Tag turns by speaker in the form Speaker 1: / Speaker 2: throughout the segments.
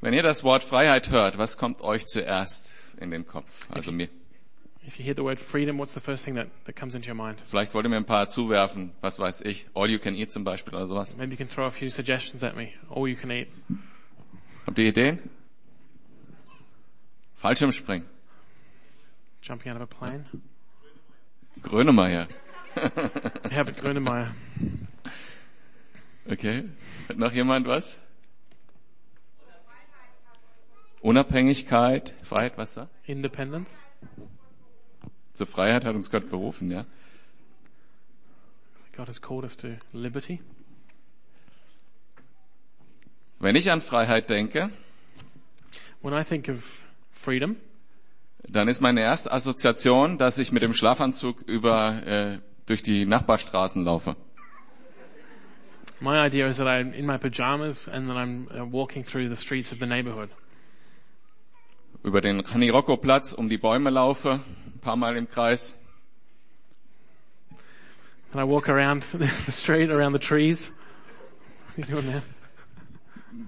Speaker 1: Wenn ihr das Wort Freiheit hört, was kommt euch zuerst in den Kopf? Also mir.
Speaker 2: If you hear the word freedom, what's the first thing that, that comes into your mind?
Speaker 1: Vielleicht wollt ihr mir ein paar zuwerfen, was weiß ich, All You Can Eat zum Beispiel oder sowas.
Speaker 2: Maybe you can throw a few suggestions at me. All you can eat.
Speaker 1: Habt ihr Ideen? Fallschirmspringen.
Speaker 2: Jumping out of a plane.
Speaker 1: Grönemeyer.
Speaker 2: Herbert Grönemeyer.
Speaker 1: Okay. Hat noch jemand was? Unabhängigkeit, Freiheit, was da?
Speaker 2: Independence.
Speaker 1: Zur Freiheit hat uns Gott berufen, ja.
Speaker 2: God has called us to liberty.
Speaker 1: Wenn ich an Freiheit denke,
Speaker 2: When I think of freedom,
Speaker 1: dann ist meine erste Assoziation, dass ich mit dem Schlafanzug über äh, durch die Nachbarstraßen laufe.
Speaker 2: my idea is that I'm in my pajamas and that I'm uh, walking through the streets of the neighborhood.
Speaker 1: Über den Hanirocco-Platz, um die Bäume laufe, ein paar Mal im Kreis.
Speaker 2: And I walk around the street, around the trees. What are you doing there?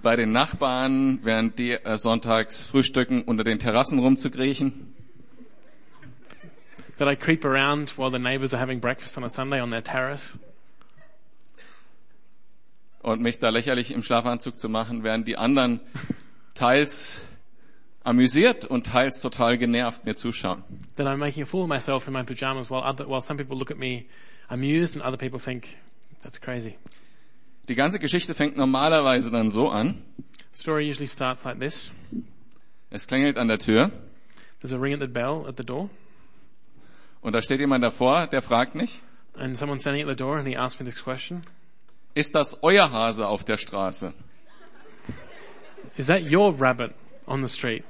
Speaker 1: Bei den Nachbarn, während die äh, sonntags frühstücken, unter den Terrassen rumzukriechen.
Speaker 2: That I creep around while the neighbors are having breakfast on a Sunday on their terrace.
Speaker 1: und mich da lächerlich im Schlafanzug zu machen, während die anderen teils amüsiert und teils total genervt mir zuschauen.
Speaker 2: That I'm making a fool of myself in my pajamas while other, while some people look at me amused and other people think, that's crazy.
Speaker 1: Die ganze Geschichte fängt normalerweise dann so an.
Speaker 2: The story usually starts like this.
Speaker 1: Es klingelt an der Tür
Speaker 2: There's a ring at the bell at the door
Speaker 1: und da steht jemand davor, der fragt mich,
Speaker 2: and someone's standing at the door and he asks me this question.
Speaker 1: ist das euer Hase auf der Straße?
Speaker 2: Is that your rabbit on the street?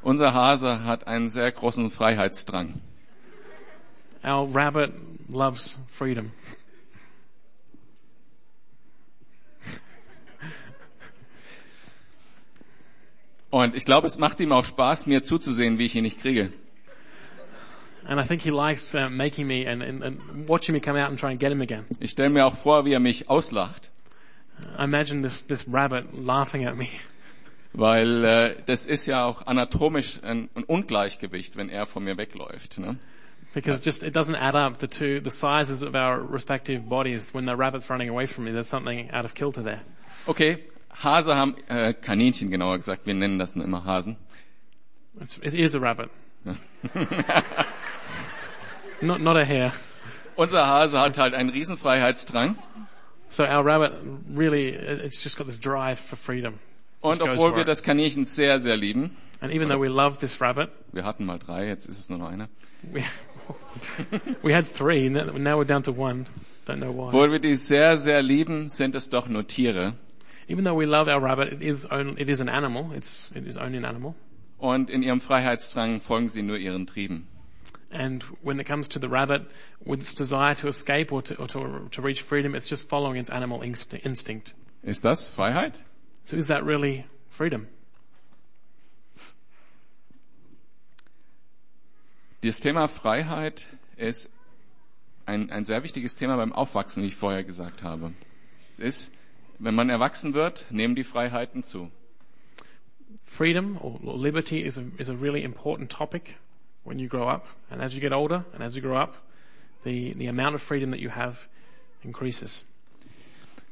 Speaker 1: Unser Hase hat einen sehr großen Freiheitsdrang.
Speaker 2: Our rabbit loves freedom.
Speaker 1: Und ich glaube, es macht ihm auch Spaß, mir zuzusehen, wie ich ihn nicht kriege.
Speaker 2: And I think he likes uh, making me and, and, and watching me come out and try and get him again.
Speaker 1: Ich stelle mir auch vor, wie er mich auslacht.
Speaker 2: I imagine this, this rabbit laughing at me.
Speaker 1: Weil äh, das ist ja auch anatomisch ein, ein Ungleichgewicht, wenn er von mir wegläuft. Ne?
Speaker 2: Because just, it doesn't add up the two, the sizes of our respective bodies when the rabbit's running away from me. There's something out of kilter there.
Speaker 1: Okay, Hase haben, äh, Kaninchen genauer gesagt, wir nennen das nur immer Hasen. ne?
Speaker 2: It's, it is a rabbit. not, not a hare.
Speaker 1: Unser Hase hat halt einen Riesenfreiheitsdrang.
Speaker 2: So our rabbit really, it- it's just got this drive for freedom.
Speaker 1: Und
Speaker 2: goes
Speaker 1: obwohl
Speaker 2: for
Speaker 1: wir
Speaker 2: it.
Speaker 1: das Kaninchen sehr, sehr lieben,
Speaker 2: And even though we love this rabbit,
Speaker 1: wir hatten mal drei, jetzt ist es nur noch einer,
Speaker 2: we, we had three, and then- now we're down to one. Don't know why.
Speaker 1: obwohl wir die sehr, sehr lieben, sind es doch nur Tiere.
Speaker 2: Even though we love our rabbit, it is own, it is an animal. It's it is only an animal.
Speaker 1: Und in ihrem Freiheitsdrang folgen sie nur ihren Trieben.
Speaker 2: And when it comes to the rabbit, with its desire to escape or to or to, to reach freedom, it's just following its animal insti- instinct.
Speaker 1: Ist das Freiheit?
Speaker 2: So is that really freedom?
Speaker 1: Das Thema Freiheit ist ein, ein sehr wichtiges Thema beim Aufwachsen, wie ich vorher gesagt habe. Es ist, wenn man erwachsen wird, nehmen die Freiheiten zu.
Speaker 2: Freedom or, or liberty is a is a really important topic when you grow up. And as you get older, and as you grow up, the the amount of freedom that you have increases.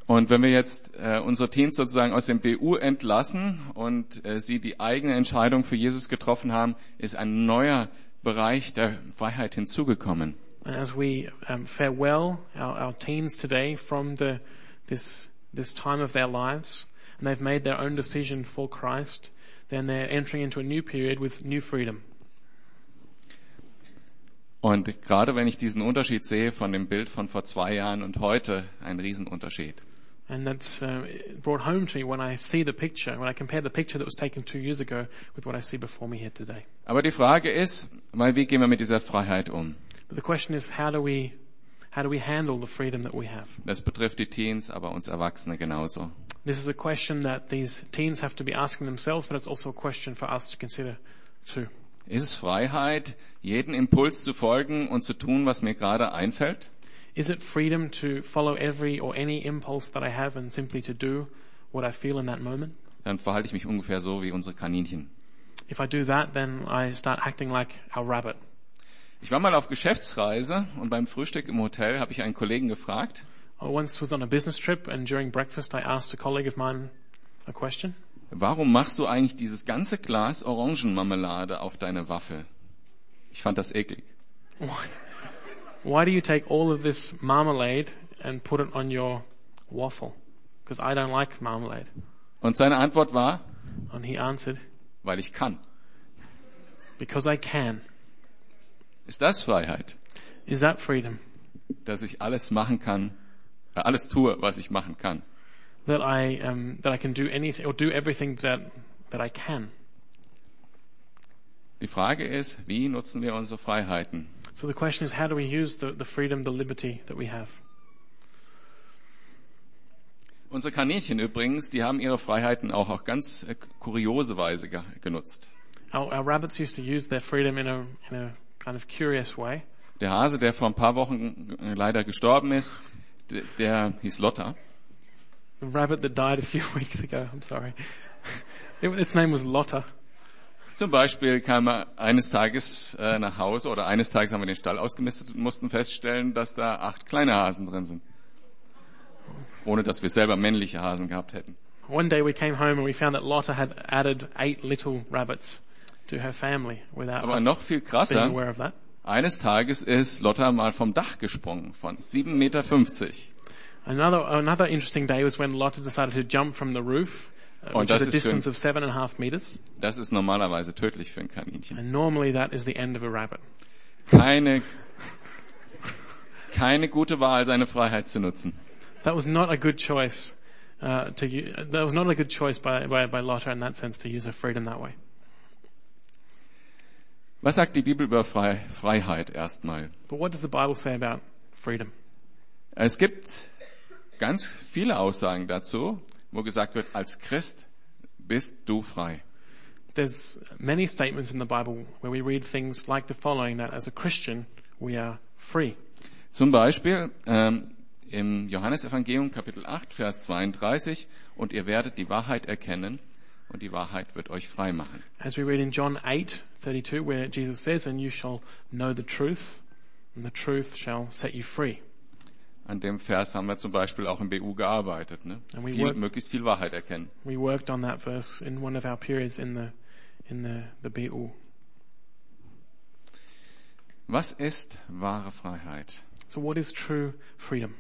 Speaker 1: Und wenn wir jetzt äh, unsere Teens sozusagen aus dem BU entlassen und äh, sie die eigene Entscheidung für Jesus getroffen haben, ist ein neuer Bereich der Freiheit hinzugekommen.
Speaker 2: And as we um, farewell our, our teens today from the, this, this time of their lives, and they've made their own decision for Christ, then they're entering into a new period with new freedom.
Speaker 1: Und gerade wenn ich diesen Unterschied sehe von dem Bild von vor zwei Jahren und heute, ein Riesenunterschied.
Speaker 2: And that's uh, brought home to me when I see the picture, when I compare the picture that was taken two years ago with what I see before me here today.
Speaker 1: Aber die Frage ist, weil wie gehen wir mit dieser Freiheit um?
Speaker 2: But the question is, how do we, how do we handle the freedom that we have?
Speaker 1: Das betrifft die Teens, aber uns Erwachsene genauso.
Speaker 2: This is a question that these teens have to be asking themselves, but it's also a question for us to consider too.
Speaker 1: Ist es Freiheit, jeden Impuls zu folgen und zu tun, was mir gerade einfällt?
Speaker 2: Is it freedom to follow every or any impulse that I have and simply to do what I feel in that moment?
Speaker 1: dann verhalte ich mich ungefähr so wie unsere Kaninchen.
Speaker 2: If I do that, then I start acting like our rabbit.
Speaker 1: Ich war mal auf Geschäftsreise und beim Frühstück im Hotel habe ich einen Kollegen gefragt,
Speaker 2: I once was on a business trip and during breakfast I asked a colleague of mine a question.
Speaker 1: warum machst du eigentlich dieses ganze Glas Orangenmarmelade auf deine Waffel? Ich fand das eklig.
Speaker 2: Why do you take all of this marmalade and put it on your waffle? Because I don't like marmalade.
Speaker 1: Und seine Antwort war,
Speaker 2: And he answered,
Speaker 1: weil ich kann.
Speaker 2: because I can.
Speaker 1: Ist das Freiheit,
Speaker 2: Is that freedom?
Speaker 1: dass ich alles machen kann, äh, alles tue, was ich machen kann?
Speaker 2: That I, um, that I can do anything or do everything that, that I can.
Speaker 1: Die Frage ist, wie nutzen wir unsere Freiheiten?
Speaker 2: So the question is, how do we use the, the freedom, the liberty that we have?
Speaker 1: Unsere Kaninchen übrigens, die haben ihre Freiheiten auch auf ganz äh, kuriose Weise ge genutzt.
Speaker 2: Our, our rabbits used to use their freedom in a, in a kind of curious way.
Speaker 1: Der Hase, der vor ein paar Wochen äh, leider gestorben ist, d- der hieß Lotta.
Speaker 2: The rabbit that died a few weeks ago, I'm sorry. It, its name was Lotta.
Speaker 1: Zum Beispiel kam er eines Tages äh, nach Hause oder eines Tages haben wir den Stall ausgemistet und mussten feststellen, dass da acht kleine Hasen drin sind. Ohne dass wir selber männliche Hasen gehabt hätten.
Speaker 2: One day we came home and we found that Lotta had added eight little rabbits to her family without
Speaker 1: Aber
Speaker 2: us
Speaker 1: noch viel
Speaker 2: being
Speaker 1: krasser,
Speaker 2: aware of that.
Speaker 1: eines Tages ist Lotta mal vom Dach gesprungen, von 7,50 Meter.
Speaker 2: Another another interesting day was when Lotta decided to jump from the roof, uh,
Speaker 1: Oh,
Speaker 2: which
Speaker 1: das
Speaker 2: is a
Speaker 1: ist
Speaker 2: distance
Speaker 1: schön.
Speaker 2: of seven and a half meters.
Speaker 1: Das ist normalerweise tödlich für ein Kaninchen.
Speaker 2: And normally that is the end of a rabbit.
Speaker 1: Keine, keine gute Wahl, seine Freiheit zu nutzen.
Speaker 2: That was not a good choice. Uh, to u- that was not a good choice by, by, by Lotta in that sense to use her freedom that way.
Speaker 1: Was sagt die Bibel über Frei Freiheit erstmal?
Speaker 2: But what does the Bible say about freedom?
Speaker 1: Es gibt ganz viele Aussagen dazu, wo gesagt wird, als Christ bist du frei.
Speaker 2: There's many statements in the Bible where we read things like the following that as a Christian we are free.
Speaker 1: Zum Beispiel ähm, im Johannesevangelium Kapitel 8, Vers 32, und ihr werdet die Wahrheit erkennen und die Wahrheit wird euch frei machen.
Speaker 2: As we read in John 8:32 where Jesus says and you shall know the truth and the truth shall set you free.
Speaker 1: An dem Vers haben wir zum Beispiel auch im BU gearbeitet. Ne?
Speaker 2: And we
Speaker 1: Viel,
Speaker 2: work-
Speaker 1: möglichst viel Wahrheit erkennen.
Speaker 2: We worked on that verse in one of our periods in the in the the BU.
Speaker 1: Was ist wahre Freiheit?
Speaker 2: So what is true freedom?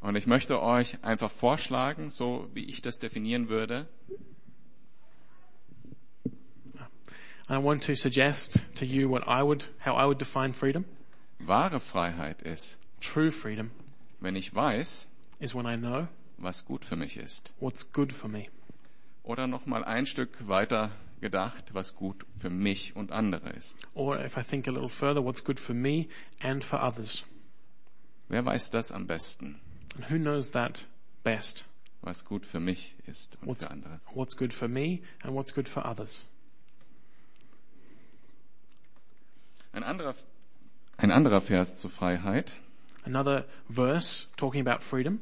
Speaker 1: Und ich möchte euch einfach vorschlagen, so wie ich das definieren würde,
Speaker 2: And I want to suggest to you what I would how I would define freedom.
Speaker 1: wahre Freiheit ist,
Speaker 2: True freedom
Speaker 1: wenn ich weiß,
Speaker 2: is when I know
Speaker 1: was gut für mich ist.
Speaker 2: what's good for me.
Speaker 1: Oder nochmal ein Stück weiter gedacht, was gut für mich und andere ist.
Speaker 2: Or if I think a little further, what's good for me and for others.
Speaker 1: Wer weiß das am besten,
Speaker 2: And who knows that best?
Speaker 1: was gut für mich ist und
Speaker 2: What's,
Speaker 1: für andere?
Speaker 2: what's good for me and what's good for others?
Speaker 1: Ein anderer, ein anderer Vers zur Freiheit
Speaker 2: Another verse talking about freedom.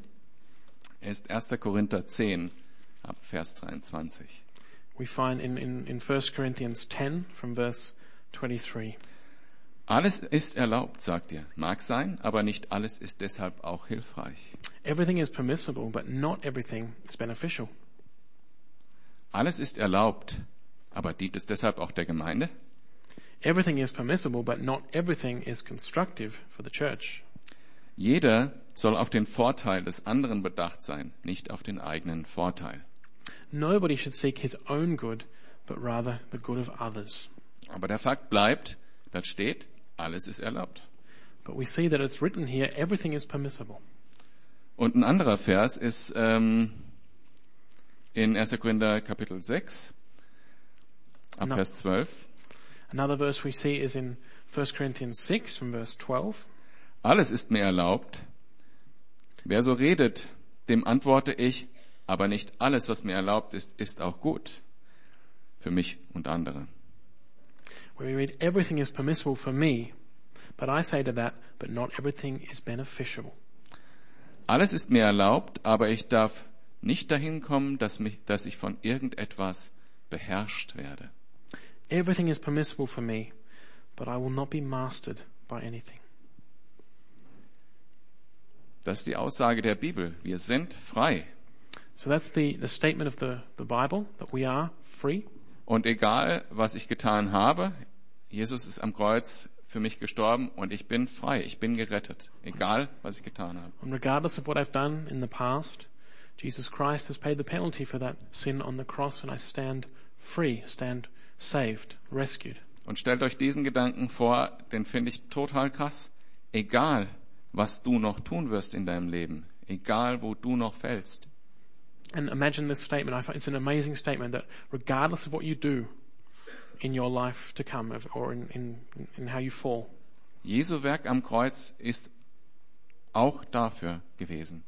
Speaker 1: ist 1. Korinther 10 ab Vers 23.
Speaker 2: We find in, in, in 1 Corinthians 10 from verse 23.
Speaker 1: Alles ist erlaubt, sagt ihr. Mag sein, aber nicht alles ist deshalb auch hilfreich.
Speaker 2: Everything is permissible, but not everything is beneficial.
Speaker 1: Alles ist erlaubt, aber dient es deshalb auch der Gemeinde?
Speaker 2: Everything is permissible, but not everything is constructive for the church.
Speaker 1: Jeder soll auf den Vorteil des anderen bedacht sein, nicht auf den eigenen Vorteil.
Speaker 2: Nobody should seek his own good, but rather the good of others.
Speaker 1: Aber der Fakt bleibt, das steht, alles ist erlaubt.
Speaker 2: But we see that it's written here, everything is permissible.
Speaker 1: Und ein anderer Vers ist ähm, in 1. Korinther Kapitel 6, ab
Speaker 2: Na.
Speaker 1: Vers 12.
Speaker 2: Another verse we see is in 1 Corinthians 6 from verse 12.
Speaker 1: Alles ist mir erlaubt. Wer so redet, dem antworte ich, aber nicht alles, was mir erlaubt ist, ist auch gut für mich und andere.
Speaker 2: where we read, everything is permissible for me, but I say to that, but not everything is beneficial.
Speaker 1: Alles ist mir erlaubt, aber ich darf nicht dahin kommen, dass, mich, dass ich von irgendetwas beherrscht werde.
Speaker 2: Everything is permissible for me, but I will not be mastered by anything.
Speaker 1: Das ist die Aussage der Bibel. Wir sind frei.
Speaker 2: So that's the, the statement of the, the Bible that we are free.
Speaker 1: Und egal, was ich getan habe, Jesus ist am Kreuz für mich gestorben und ich bin frei. Ich bin gerettet. Egal, was ich getan habe.
Speaker 2: And regardless of what I've done in the past, Jesus Christ has paid the penalty for that sin on the cross and I stand free, stand saved, rescued.
Speaker 1: Und stellt euch diesen Gedanken vor, den finde ich total krass. Egal, was du noch tun wirst in deinem Leben, egal wo du noch fällst,
Speaker 2: And imagine this statement. I find it's an amazing statement that regardless of what you do in your life to come of- or in, in, in how you fall,
Speaker 1: Jesu Werk am Kreuz ist auch dafür gewesen.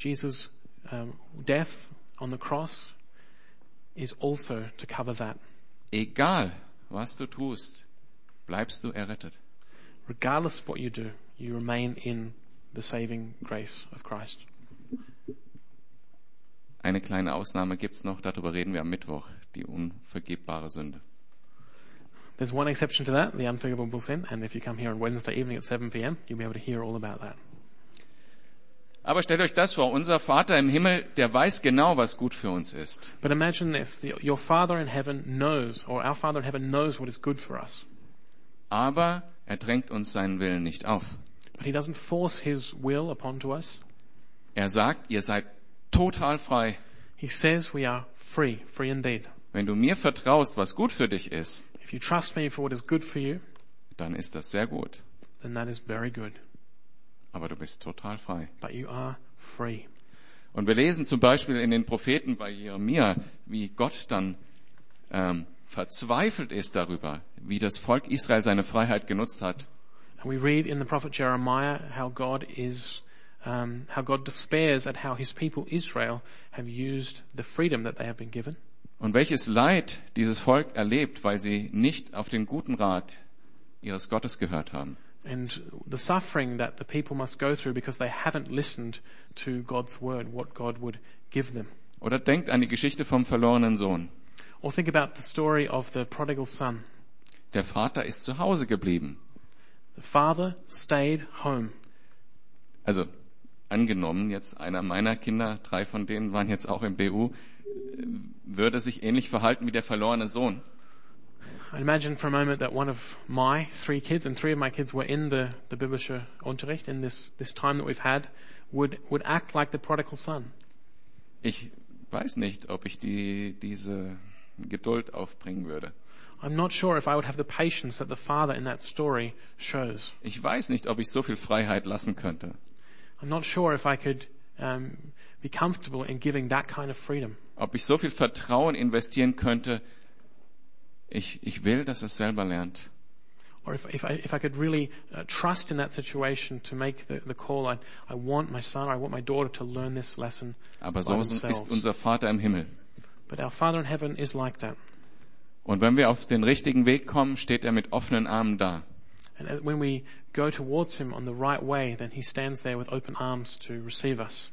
Speaker 2: Jesus' um, death on the cross is also to cover that.
Speaker 1: Egal, was du tust, bleibst du errettet.
Speaker 2: Regardless of what you do, you remain in the saving grace of Christ.
Speaker 1: Eine kleine Ausnahme gibt's noch, darüber reden wir am Mittwoch, die unvergebbare Sünde.
Speaker 2: There's one exception to that, the unforgivable sin, and if you come here on Wednesday evening at 7 p.m., you'll be able to hear all about that.
Speaker 1: Aber stellt euch das vor, unser Vater im Himmel, der weiß genau, was gut für uns ist.
Speaker 2: But imagine this, the, your Father in heaven knows, or our Father in heaven knows what is good for us.
Speaker 1: Aber er drängt uns seinen Willen nicht auf.
Speaker 2: But he doesn't force his will upon to us.
Speaker 1: Er sagt, ihr seid total frei.
Speaker 2: He says we are free, free indeed.
Speaker 1: Wenn du mir vertraust, was gut für dich ist,
Speaker 2: If you trust me for what is good for you,
Speaker 1: dann ist das sehr gut.
Speaker 2: then that is very good.
Speaker 1: Aber du bist total frei.
Speaker 2: But you are free.
Speaker 1: Und wir lesen zum Beispiel in den Propheten bei Jeremia, wie Gott dann ähm, verzweifelt ist darüber, wie das Volk Israel seine Freiheit genutzt hat.
Speaker 2: And we read in the prophet Jeremiah how God is, um, how God despairs at how his people Israel have used the freedom that they have been given
Speaker 1: Und welches Leid dieses Volk erlebt, weil sie nicht auf den guten Rat ihres Gottes gehört haben.
Speaker 2: and the suffering that the people must go through because they haven't listened to God's word, what God would give them.
Speaker 1: Oder denkt an die Geschichte vom verlorenen Sohn.
Speaker 2: Or think about the story of the prodigal son.
Speaker 1: Der Vater ist zu Hause geblieben.
Speaker 2: The father stayed home.
Speaker 1: Also angenommen, jetzt einer meiner Kinder, drei von denen waren jetzt auch im BU, äh, würde sich ähnlich verhalten wie der verlorene Sohn.
Speaker 2: I imagine for a moment that one of my three kids, and three of my kids were in the, the biblische Unterricht, in this, this time that we've had, would, would act like the prodigal son.
Speaker 1: Ich weiß nicht, ob ich die, diese Geduld aufbringen würde.
Speaker 2: I'm not sure if I would have the patience that the father in that story shows.
Speaker 1: Ich weiß nicht, ob ich so viel Freiheit lassen könnte.
Speaker 2: I'm not sure if I could um, be comfortable in giving that kind of freedom.
Speaker 1: Ob ich so viel Vertrauen investieren könnte. Ich, ich will, dass er es selber lernt.
Speaker 2: Or if, if, I, if I could really uh, trust in that situation to make the, the call, I, I want my son, I want my daughter to learn this lesson
Speaker 1: Aber
Speaker 2: by
Speaker 1: so ist
Speaker 2: themselves.
Speaker 1: unser Vater im Himmel.
Speaker 2: But our Father in heaven is like that.
Speaker 1: Und wenn wir auf den richtigen Weg kommen, steht er mit offenen Armen da.
Speaker 2: And uh, when we go towards him on the right way, then he stands there with open arms to receive us.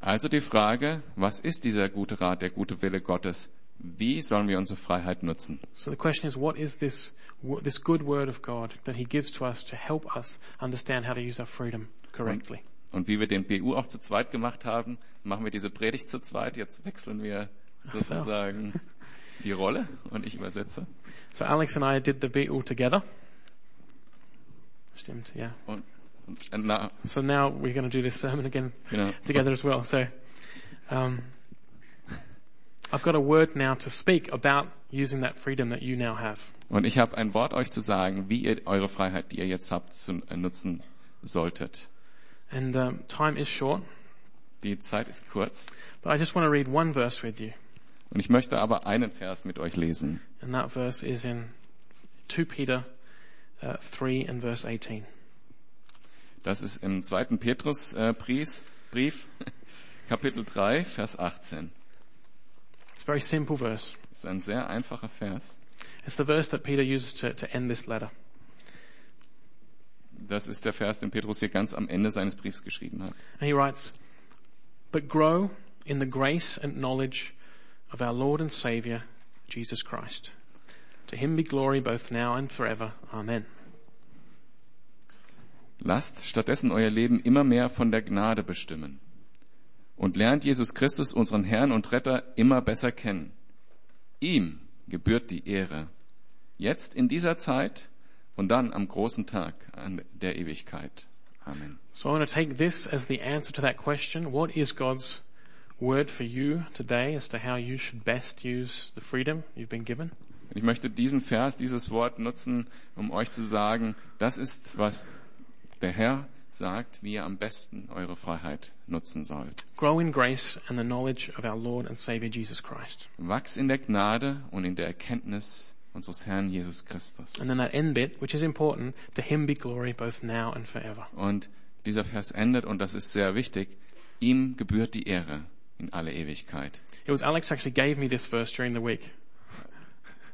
Speaker 1: Also die Frage, was ist dieser gute Rat, der gute Wille Gottes? Wie sollen wir unsere Freiheit nutzen?
Speaker 2: So the question is, what is this, wo- this good word of God that he gives to us to help us understand how to use our freedom correctly?
Speaker 1: Und wie wir den BU auch zu zweit gemacht haben, machen wir diese Predigt zu zweit. Jetzt wechseln wir sozusagen die Rolle und ich übersetze.
Speaker 2: So Alex and I did the beat all together. Stimmt, yeah.
Speaker 1: Und, und na,
Speaker 2: So now we're going to do this sermon again
Speaker 1: genau.
Speaker 2: together as well. So, um, I've got a word now to speak about using that freedom that you now have.
Speaker 1: Und ich habe ein Wort euch zu sagen, wie ihr eure Freiheit, die ihr jetzt habt, zu, äh, nutzen solltet.
Speaker 2: And um, time is short,
Speaker 1: Die Zeit ist kurz
Speaker 2: but I just want to read one verse with you.
Speaker 1: und ich möchte aber einen Vers mit euch lesen.
Speaker 2: And that verse is in 2 Peter uh, 3 and verse 18.
Speaker 1: Das ist im zweiten Petrus äh, Pries- Brief, Kapitel 3, Vers 18.
Speaker 2: It's a very simple verse.
Speaker 1: Das ist ein sehr einfacher Vers.
Speaker 2: It's the verse that Peter uses to, to end this letter.
Speaker 1: Das ist der Vers, den Petrus hier ganz am Ende seines Briefs geschrieben hat.
Speaker 2: And he writes, but grow in the grace and knowledge of our Lord and Saviour, Jesus Christ. To him be glory both now and forever. Amen.
Speaker 1: Lasst stattdessen euer Leben immer mehr von der Gnade bestimmen. Und lernt Jesus Christus, unseren Herrn und Retter, immer besser kennen. Ihm gebührt die Ehre. Jetzt in dieser Zeit und dann am großen Tag an der Ewigkeit. Amen.
Speaker 2: So I want to take this as the answer to that question. What is God's word for you today as to how you should best use the freedom you've been given?
Speaker 1: Ich möchte diesen Vers, dieses Wort nutzen, um euch zu sagen, das ist, was der Herr sagt, wie ihr am besten eure Freiheit nutzen sollt.
Speaker 2: Grow in grace and the knowledge of our Lord and Saviour Jesus Christ.
Speaker 1: Wachs in der Gnade und in der Erkenntnis unseres Herrn Jesus Christus.
Speaker 2: And then that end bit, which is important, to him be glory both now and forever.
Speaker 1: Und dieser Vers endet, und das ist sehr wichtig, ihm gebührt die Ehre in alle Ewigkeit.
Speaker 2: It was Alex actually gave me this verse during the week.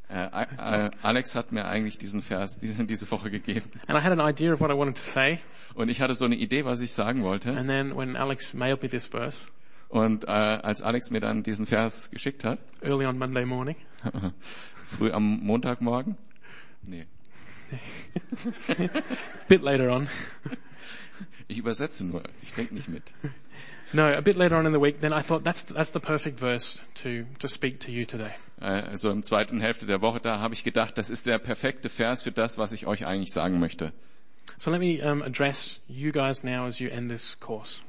Speaker 1: Äh, äh, Alex hat mir eigentlich diesen Vers diese, diese Woche gegeben.
Speaker 2: And I had an idea of what I wanted to say.
Speaker 1: Und ich hatte so eine Idee, was ich sagen wollte.
Speaker 2: And then when Alex mailed me this verse
Speaker 1: Und äh, als Alex mir dann diesen Vers geschickt hat,
Speaker 2: early on Monday morning,
Speaker 1: früh am Montagmorgen, nee,
Speaker 2: a bit later on,
Speaker 1: ich übersetze nur, ich denke nicht mit.
Speaker 2: no, a bit later on in the week, then I thought that's, that's the perfect verse to, to speak to you today.
Speaker 1: Äh, also im zweiten Hälfte der Woche, da habe ich gedacht, das ist der perfekte Vers für das, was ich euch eigentlich sagen möchte.
Speaker 2: So let me um, address you guys now as you end this course.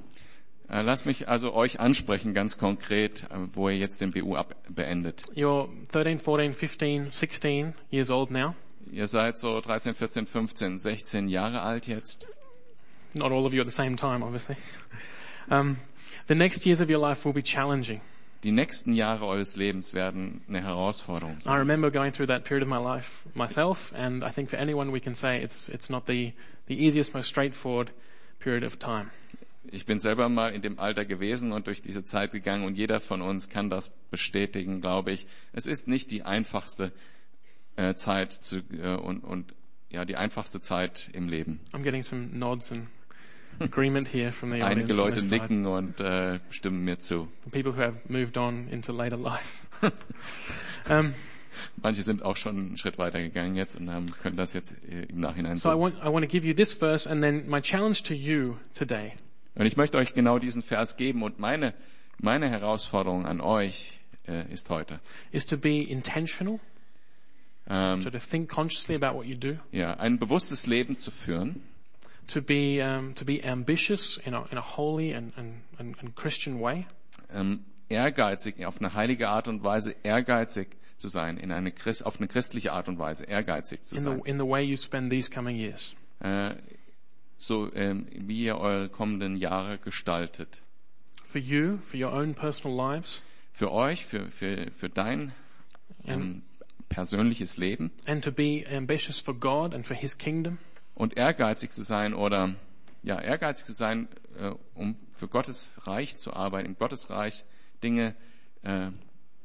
Speaker 1: Äh, lasst mich also euch ansprechen, ganz konkret, äh, wo ihr jetzt den BU ab beendet.
Speaker 2: You're 13, 14, 15, 16 years old now.
Speaker 1: Ihr seid so 13, 14, 15, 16 Jahre alt jetzt.
Speaker 2: Not all of you at the same time, obviously. Um, the next years of your life will be challenging.
Speaker 1: Die nächsten Jahre eures Lebens werden eine Herausforderung
Speaker 2: I
Speaker 1: sein.
Speaker 2: remember going through that period of my life myself, and I think for anyone we can say it's, it's not the, the easiest, most straightforward period of time.
Speaker 1: Ich bin selber mal in dem Alter gewesen und durch diese Zeit gegangen und jeder von uns kann das bestätigen, glaube ich. Es ist nicht die einfachste äh, Zeit zu, äh, und, und ja die einfachste Zeit im Leben.
Speaker 2: I'm getting some nods and agreement here from the audience.
Speaker 1: Einige
Speaker 2: on
Speaker 1: Leute
Speaker 2: this side,
Speaker 1: nicken und äh, stimmen mir zu.
Speaker 2: from people who have moved on into later life. um,
Speaker 1: Manche sind auch schon einen Schritt weiter gegangen jetzt und haben, können das jetzt äh, im Nachhinein
Speaker 2: so I
Speaker 1: so.
Speaker 2: want, I want to give you this verse and then my challenge to you today
Speaker 1: Und ich möchte euch genau diesen Vers geben und meine meine Herausforderung an euch äh, ist heute.
Speaker 2: is to be intentional,
Speaker 1: Ähm,
Speaker 2: so to think consciously about what you do,
Speaker 1: ja, ein bewusstes Leben zu führen,
Speaker 2: to be, um, to be ambitious in a, in a holy and, and, and, and Christian way,
Speaker 1: ähm, ehrgeizig, auf eine heilige Art und Weise ehrgeizig zu sein, in eine Christ, auf eine christliche Art und Weise ehrgeizig zu
Speaker 2: in the,
Speaker 1: sein.
Speaker 2: in the way you spend these coming years.
Speaker 1: Äh, so ähm, wie ihr eure kommenden Jahre gestaltet.
Speaker 2: For you, for your own personal lives,
Speaker 1: Für euch, für, für, für dein ähm, persönliches Leben
Speaker 2: and to be ambitious for God and for His kingdom,
Speaker 1: und ehrgeizig zu sein oder ja, ehrgeizig zu sein, äh, um für Gottes Reich zu arbeiten, im Gottes Reich Dinge äh,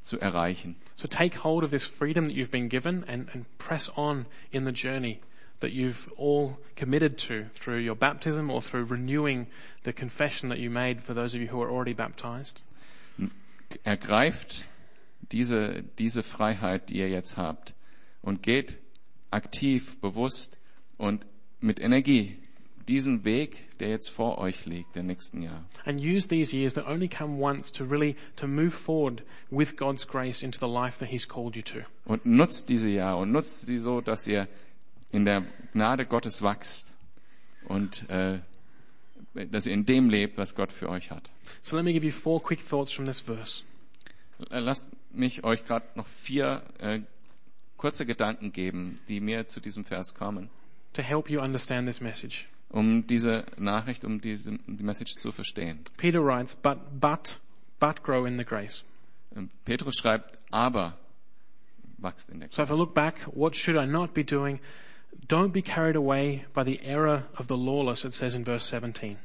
Speaker 1: zu erreichen.
Speaker 2: So take hold of this freedom that you've been given and, and press on in the journey that you've all committed to through your baptism or through renewing the confession that you made for those of you who are already baptized.
Speaker 1: ergreift diese, diese Freiheit, die ihr jetzt habt und geht aktiv, bewusst und mit Energie diesen Weg, der jetzt vor euch liegt, der nächsten Jahr.
Speaker 2: And use these years that only come once to really, to move forward with God's grace into the life that He's called you to.
Speaker 1: Und nutzt diese Jahre und nutzt sie so, dass ihr in der Gnade Gottes wachst und äh, dass ihr in dem lebt, was Gott für euch hat.
Speaker 2: So let me give you four quick thoughts from this verse.
Speaker 1: Äh, Lasst mich euch gerade noch vier äh, kurze Gedanken geben, die mir zu diesem Vers kamen.
Speaker 2: to help you understand this message.
Speaker 1: um diese Nachricht, um diese die Message zu verstehen.
Speaker 2: Peter writes, but, but, but grow in the grace.
Speaker 1: Ähm, Petrus schreibt, aber wachst in der
Speaker 2: So if I look back, what should I not be doing? Don't be carried away by the error of the lawless, it says in verse 17.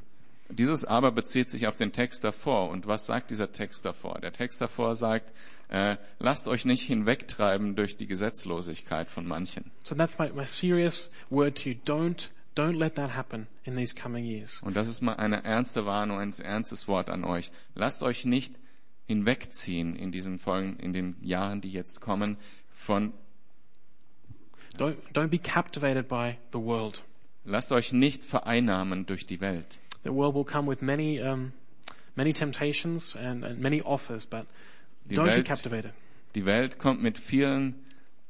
Speaker 1: Dieses aber bezieht sich auf den Text davor. Und was sagt dieser Text davor? Der Text davor sagt, äh, lasst euch nicht hinwegtreiben durch die Gesetzlosigkeit von manchen.
Speaker 2: So that's my, my serious word to you. Don't Don't let that happen in these coming years.
Speaker 1: Und das ist mal eine ernste Warnung, ein ernstes Wort an euch. Lasst euch nicht hinwegziehen in diesen Folgen, in den Jahren, die jetzt kommen, von,
Speaker 2: Don't, don't be captivated by the world.
Speaker 1: lasst euch nicht vereinnahmen durch die Welt.
Speaker 2: The world will come with many, um, many temptations and, and many offers, but
Speaker 1: Die
Speaker 2: don't be
Speaker 1: Welt-
Speaker 2: captivated.
Speaker 1: Die Welt kommt mit vielen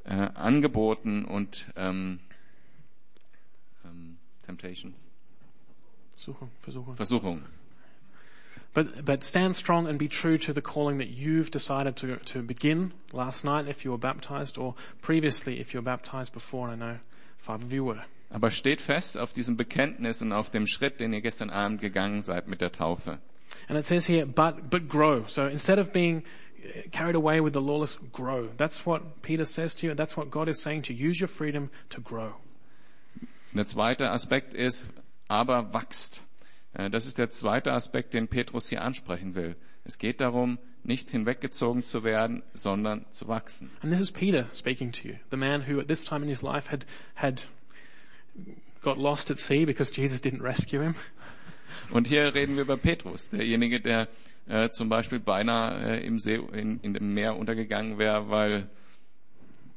Speaker 1: äh, Angeboten und ähm, ähm, Temptations,
Speaker 2: Suche, versuche.
Speaker 1: Versuchungen.
Speaker 2: But, but stand strong and be true to the calling that you've decided to, to begin last night if you were baptized or previously if you were baptized before, and I know five of you were.
Speaker 1: Aber steht fest auf diesem Bekenntnis und auf dem Schritt, den ihr gestern Abend gegangen seid mit der Taufe.
Speaker 2: And it says here, but, but grow. So instead of being uh, carried away with the lawless, grow. That's what Peter says to you. and That's what God is saying to you. Use your freedom to grow.
Speaker 1: Der zweite Aspekt ist, aber wachst. Äh, Das ist der zweite Aspekt, den Petrus hier ansprechen will. Es geht darum, nicht hinweggezogen zu werden, sondern zu wachsen.
Speaker 2: And this is Peter speaking to you, the man who at this time in his life had, had got lost at sea because Jesus didn't rescue him.
Speaker 1: Und hier reden wir über Petrus, derjenige, der äh, zum Beispiel beinahe äh, im See, in, in dem Meer untergegangen wäre, weil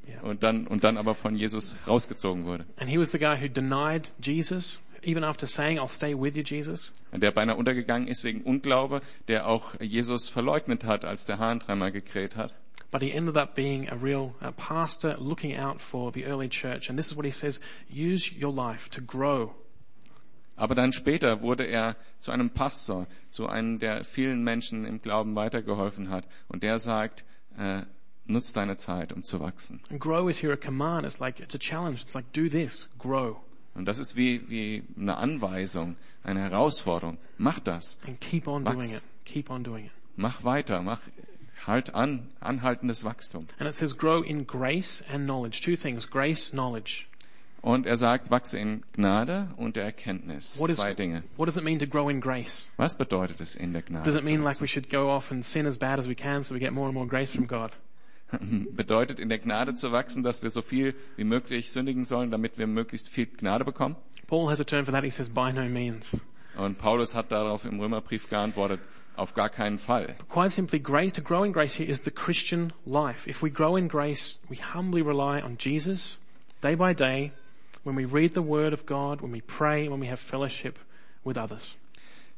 Speaker 2: Ja.
Speaker 1: und dann und dann aber von Jesus rausgezogen wurde,
Speaker 2: And he was the guy who denied Jesus, even after saying, I'll stay with you, Jesus.
Speaker 1: der beinahe untergegangen ist wegen Unglaube, der auch Jesus verleugnet hat, als der Hahntreiber gekräht hat.
Speaker 2: But he ended up being a real uh, pastor looking out for the early church. And this is what he says, use your life to grow
Speaker 1: Aber dann später wurde er zu einem Pastor, zu einem, der vielen Menschen im Glauben weitergeholfen hat. Und der sagt, äh, nutz deine Zeit, um zu wachsen.
Speaker 2: And grow is here a command. It's like, it's a challenge. It's like, do this, grow,
Speaker 1: Und das ist wie, wie eine Anweisung, eine Herausforderung. Mach das,
Speaker 2: and keep on doing
Speaker 1: Max.
Speaker 2: it. Keep on doing it.
Speaker 1: mach weiter, mach, halt an, anhaltendes Wachstum.
Speaker 2: And it says, grow in grace and knowledge. Two things, grace, knowledge.
Speaker 1: Und er sagt, wachse in Gnade und der Erkenntnis.
Speaker 2: What is,
Speaker 1: Zwei Dinge.
Speaker 2: what does it mean to grow in grace?
Speaker 1: Was bedeutet es, in der Gnade
Speaker 2: Does it
Speaker 1: zu
Speaker 2: mean like
Speaker 1: wachsen?
Speaker 2: we should go off and sin as bad as we can so we get more and more grace from God?
Speaker 1: Bedeutet, in der Gnade zu wachsen, dass wir so viel wie möglich sündigen sollen, damit wir möglichst viel Gnade bekommen?
Speaker 2: Paul has a term for that. He says, by no means.
Speaker 1: Und Paulus hat darauf im Römerbrief geantwortet, auf gar keinen Fall.
Speaker 2: Quite simply, grace, to grow in grace here is the Christian life. If we grow in grace, we humbly rely on Jesus day by day when we read the word of God, when we pray, when we have fellowship with others.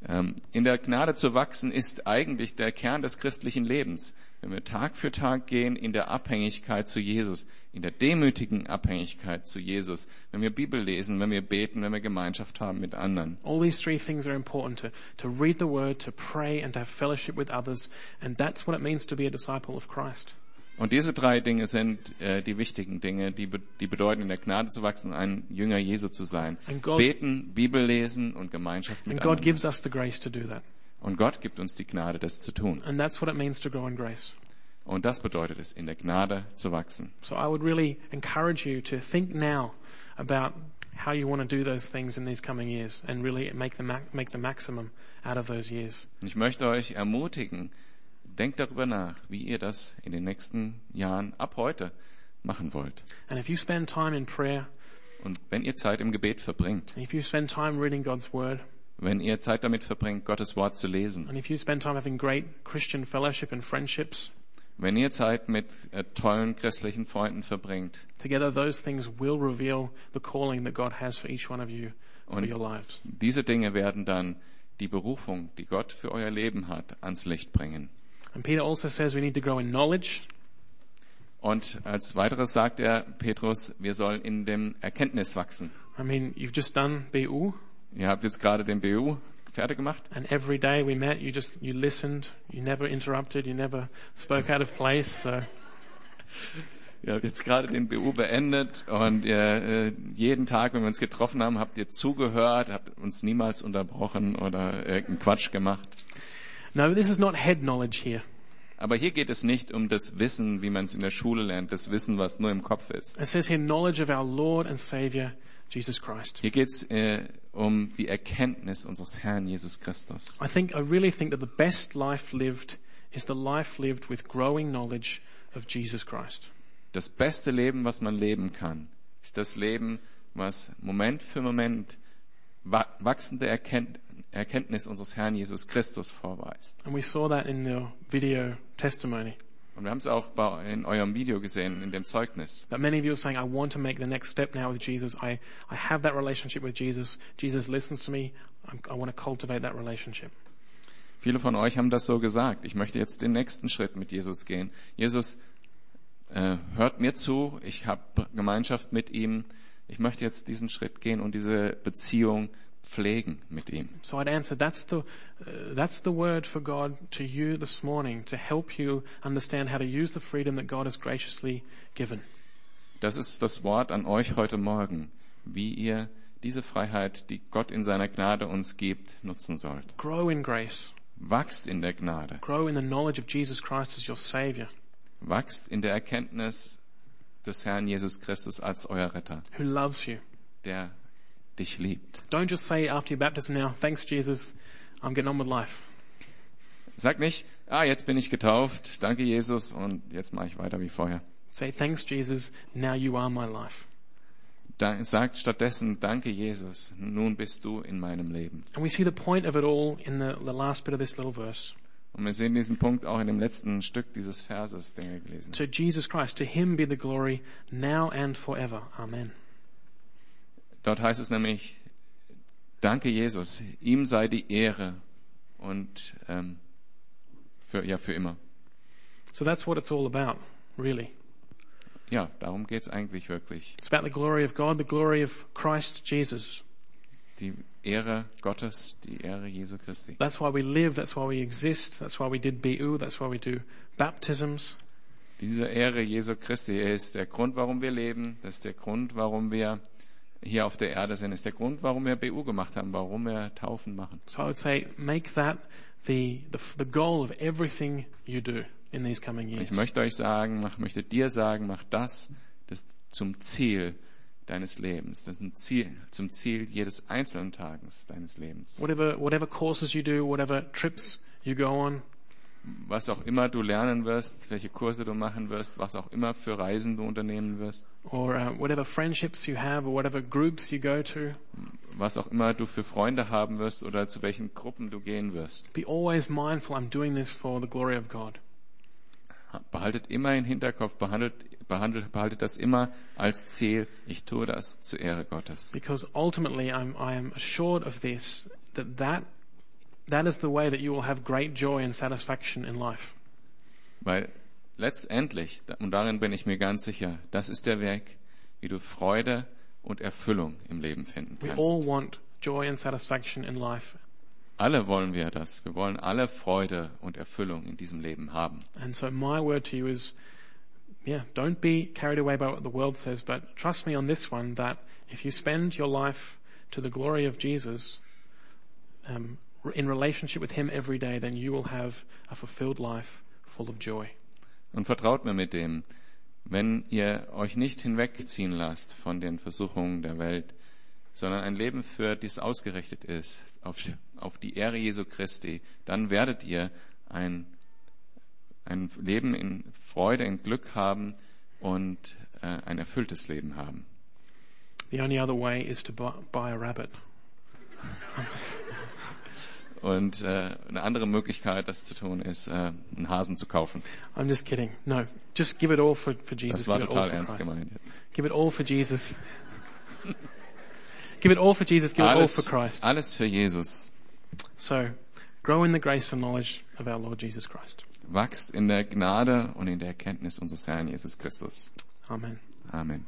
Speaker 1: Ähm, In der Gnade zu wachsen ist eigentlich der Kern des christlichen Lebens. Wenn wir Tag für Tag gehen in der Abhängigkeit zu Jesus, in der demütigen Abhängigkeit zu Jesus, wenn wir Bibel lesen, wenn wir beten, wenn wir Gemeinschaft haben mit anderen.
Speaker 2: All these three things are important to, to read the word, to pray, and to have fellowship with others. And that's what it means to be a disciple of Christ.
Speaker 1: Und diese drei Dinge sind äh, die wichtigen Dinge, die, be die bedeuten, in der Gnade zu wachsen, ein Jünger Jesu zu sein.
Speaker 2: And God-
Speaker 1: Beten, Bibel lesen und Gemeinschaft mit
Speaker 2: And God
Speaker 1: anderen.
Speaker 2: gives us the grace to do that.
Speaker 1: und Gott gibt uns die Gnade, das zu tun.
Speaker 2: And that's what it means to grow in grace.
Speaker 1: Und das bedeutet es, in der Gnade zu wachsen.
Speaker 2: So I would really encourage you to think now about how you want to do those things in these coming years and really make the, ma- make the maximum out of those years.
Speaker 1: Und ich möchte euch ermutigen, denkt darüber nach, wie ihr das in den nächsten Jahren ab heute machen wollt.
Speaker 2: And if you spend time in prayer,
Speaker 1: Und wenn ihr Zeit im Gebet verbringt,
Speaker 2: and if you spend time reading God's word,
Speaker 1: wenn ihr Zeit damit verbringt, Gottes Wort zu lesen,
Speaker 2: and if you spend time having great Christian fellowship and friendships,
Speaker 1: wenn ihr Zeit mit äh, tollen christlichen Freunden verbringt,
Speaker 2: Together, those things will reveal the calling that God has for each one of you for
Speaker 1: Und-
Speaker 2: your lives.
Speaker 1: diese Dinge werden dann die Berufung, die Gott für euer Leben hat, ans Licht bringen.
Speaker 2: And Peter also says we need to grow in knowledge.
Speaker 1: Und als weiteres sagt er, Petrus, wir sollen in dem Erkenntnis wachsen.
Speaker 2: I mean, you've just done BU,
Speaker 1: Ihr habt jetzt gerade den BU fertig gemacht.
Speaker 2: and every day we met, you just you listened, you never interrupted, you never spoke out of place. So
Speaker 1: Ihr habt jetzt gerade den BU beendet und ihr, äh, jeden Tag, wenn wir uns getroffen haben, habt ihr zugehört, habt uns niemals unterbrochen oder irgendeinen Quatsch gemacht.
Speaker 2: no, this is not head knowledge here.
Speaker 1: Aber hier geht es nicht um das Wissen, wie man es in der Schule lernt, das Wissen, was nur im Kopf ist.
Speaker 2: It says here knowledge of our Lord and Savior Jesus Christ.
Speaker 1: Hier geht es äh, um die Erkenntnis unseres Herrn Jesus Christus.
Speaker 2: I think I really think that the best life lived is the life lived with growing knowledge of Jesus Christ.
Speaker 1: Das beste Leben, was man leben kann, ist das Leben, was Moment für Moment wa- wachsende Erkennt- Erkenntnis unseres Herrn Jesus Christus vorweist.
Speaker 2: And we saw that in the video testimony
Speaker 1: Und wir haben es auch bei, in eurem Video gesehen, in dem Zeugnis.
Speaker 2: that many of you are saying, I want to make the next step now with Jesus. I, I have that relationship with Jesus. Jesus listens to me. I'm, I want to cultivate that relationship.
Speaker 1: Viele von euch haben das so gesagt. Ich möchte jetzt den nächsten Schritt mit Jesus gehen. Jesus, äh, hört mir zu. Ich habe Gemeinschaft mit ihm. Ich möchte jetzt diesen Schritt gehen und diese Beziehung pflegen mit ihm.
Speaker 2: So I'd answer, that's the, uh, that's the word for God to you this morning to help you understand how to use the freedom that God has graciously given.
Speaker 1: Das ist das Wort an euch heute Morgen, wie ihr diese Freiheit, die Gott in seiner Gnade uns gibt, nutzen sollt.
Speaker 2: Grow in grace.
Speaker 1: Wachst in der Gnade,
Speaker 2: Grow in the knowledge of Jesus Christ as your savior,
Speaker 1: wachst in der Erkenntnis des Herrn Jesus Christus als euer Retter,
Speaker 2: who loves you.
Speaker 1: der dich liebt.
Speaker 2: Don't just say after your baptism now, thanks Jesus, I'm getting on with life.
Speaker 1: Sag nicht, ah, jetzt bin ich getauft, danke Jesus und jetzt mache ich weiter wie vorher.
Speaker 2: Say thanks Jesus, now you are my life.
Speaker 1: Da, sagt stattdessen, danke Jesus, nun bist du in meinem Leben.
Speaker 2: And we see the point of it all in the, the last bit of this little verse.
Speaker 1: Und wir sehen diesen Punkt auch in dem letzten Stück dieses Verses, den wir gelesen haben.
Speaker 2: To Jesus Christ, to him be the glory now and forever. Amen.
Speaker 1: Dort heißt es nämlich, danke Jesus, ihm sei die Ehre und ähm, für, ja, für immer.
Speaker 2: So that's what it's all about, really.
Speaker 1: Ja, darum geht's eigentlich wirklich.
Speaker 2: It's about the glory of God, the glory of Christ Jesus.
Speaker 1: Die Ehre Gottes, die Ehre Jesu Christi.
Speaker 2: That's why we live, that's why we exist, that's why we did BU, that's why we do baptisms.
Speaker 1: Diese Ehre Jesu Christi ist der Grund, warum wir leben. Das ist der Grund, warum wir hier auf der Erde sind. Das ist der Grund, warum wir BU gemacht haben, warum wir Taufen machen.
Speaker 2: So I would say make that the, the, the goal of everything you do in these coming years.
Speaker 1: Ich möchte euch sagen, mach, möchte dir sagen, mach das, das zum Ziel deines Lebens, das zum Ziel, zum Ziel jedes einzelnen Tages deines Lebens.
Speaker 2: Whatever, whatever courses you do, whatever trips you go on,
Speaker 1: Was auch immer du lernen wirst, welche Kurse du machen wirst, was auch immer für Reisen du unternehmen wirst,
Speaker 2: or uh, whatever friendships you have, or whatever groups you go to,
Speaker 1: was auch immer du für Freunde haben wirst oder zu welchen Gruppen du gehen wirst.
Speaker 2: be always mindful I'm doing this for the glory of God.
Speaker 1: Behaltet immer im Hinterkopf, behandelt, behandelt, behaltet das immer als Ziel. Ich tue das zur Ehre Gottes.
Speaker 2: Because ultimately I'm, I am assured of this, that, that that is the way that you will have great joy and satisfaction in life.
Speaker 1: Weil letztendlich, und darin bin ich mir ganz sicher, das ist der Weg, wie du Freude und Erfüllung im Leben finden
Speaker 2: We all
Speaker 1: kannst.
Speaker 2: want joy and satisfaction in life.
Speaker 1: Alle wollen wir das. Wir wollen alle Freude und Erfüllung in diesem Leben haben.
Speaker 2: And so my word to you is, yeah, don't be carried away by what the world says, but trust me on this one that if you spend your life to the glory of Jesus, um, in relationship with Him every day, then you will have a fulfilled life full of joy.
Speaker 1: Und vertraut mir mit dem, wenn ihr euch nicht hinwegziehen lasst von den Versuchungen der Welt, sondern ein Leben führt, das ausgerichtet ist auf, auf die Ehre Jesu Christi, dann werdet ihr ein, ein Leben in Freude, in Glück haben und äh, ein erfülltes Leben haben.
Speaker 2: The only other way is to buy, buy a rabbit.
Speaker 1: Und äh, eine andere Möglichkeit, das zu tun, ist, äh, einen Hasen zu kaufen.
Speaker 2: I'm just kidding. No, just give it all for, for Jesus.
Speaker 1: Das war
Speaker 2: give it
Speaker 1: total
Speaker 2: all for
Speaker 1: ernst
Speaker 2: Christ.
Speaker 1: gemeint jetzt.
Speaker 2: Give it all for Jesus. give it all for Jesus. Give it all for
Speaker 1: Alles,
Speaker 2: Christ.
Speaker 1: alles für Jesus.
Speaker 2: So, grow in the grace and knowledge of our Lord Jesus Christ.
Speaker 1: Wachst in der Gnade und in der Erkenntnis unseres Herrn Jesus Christus.
Speaker 2: Amen.
Speaker 1: Amen.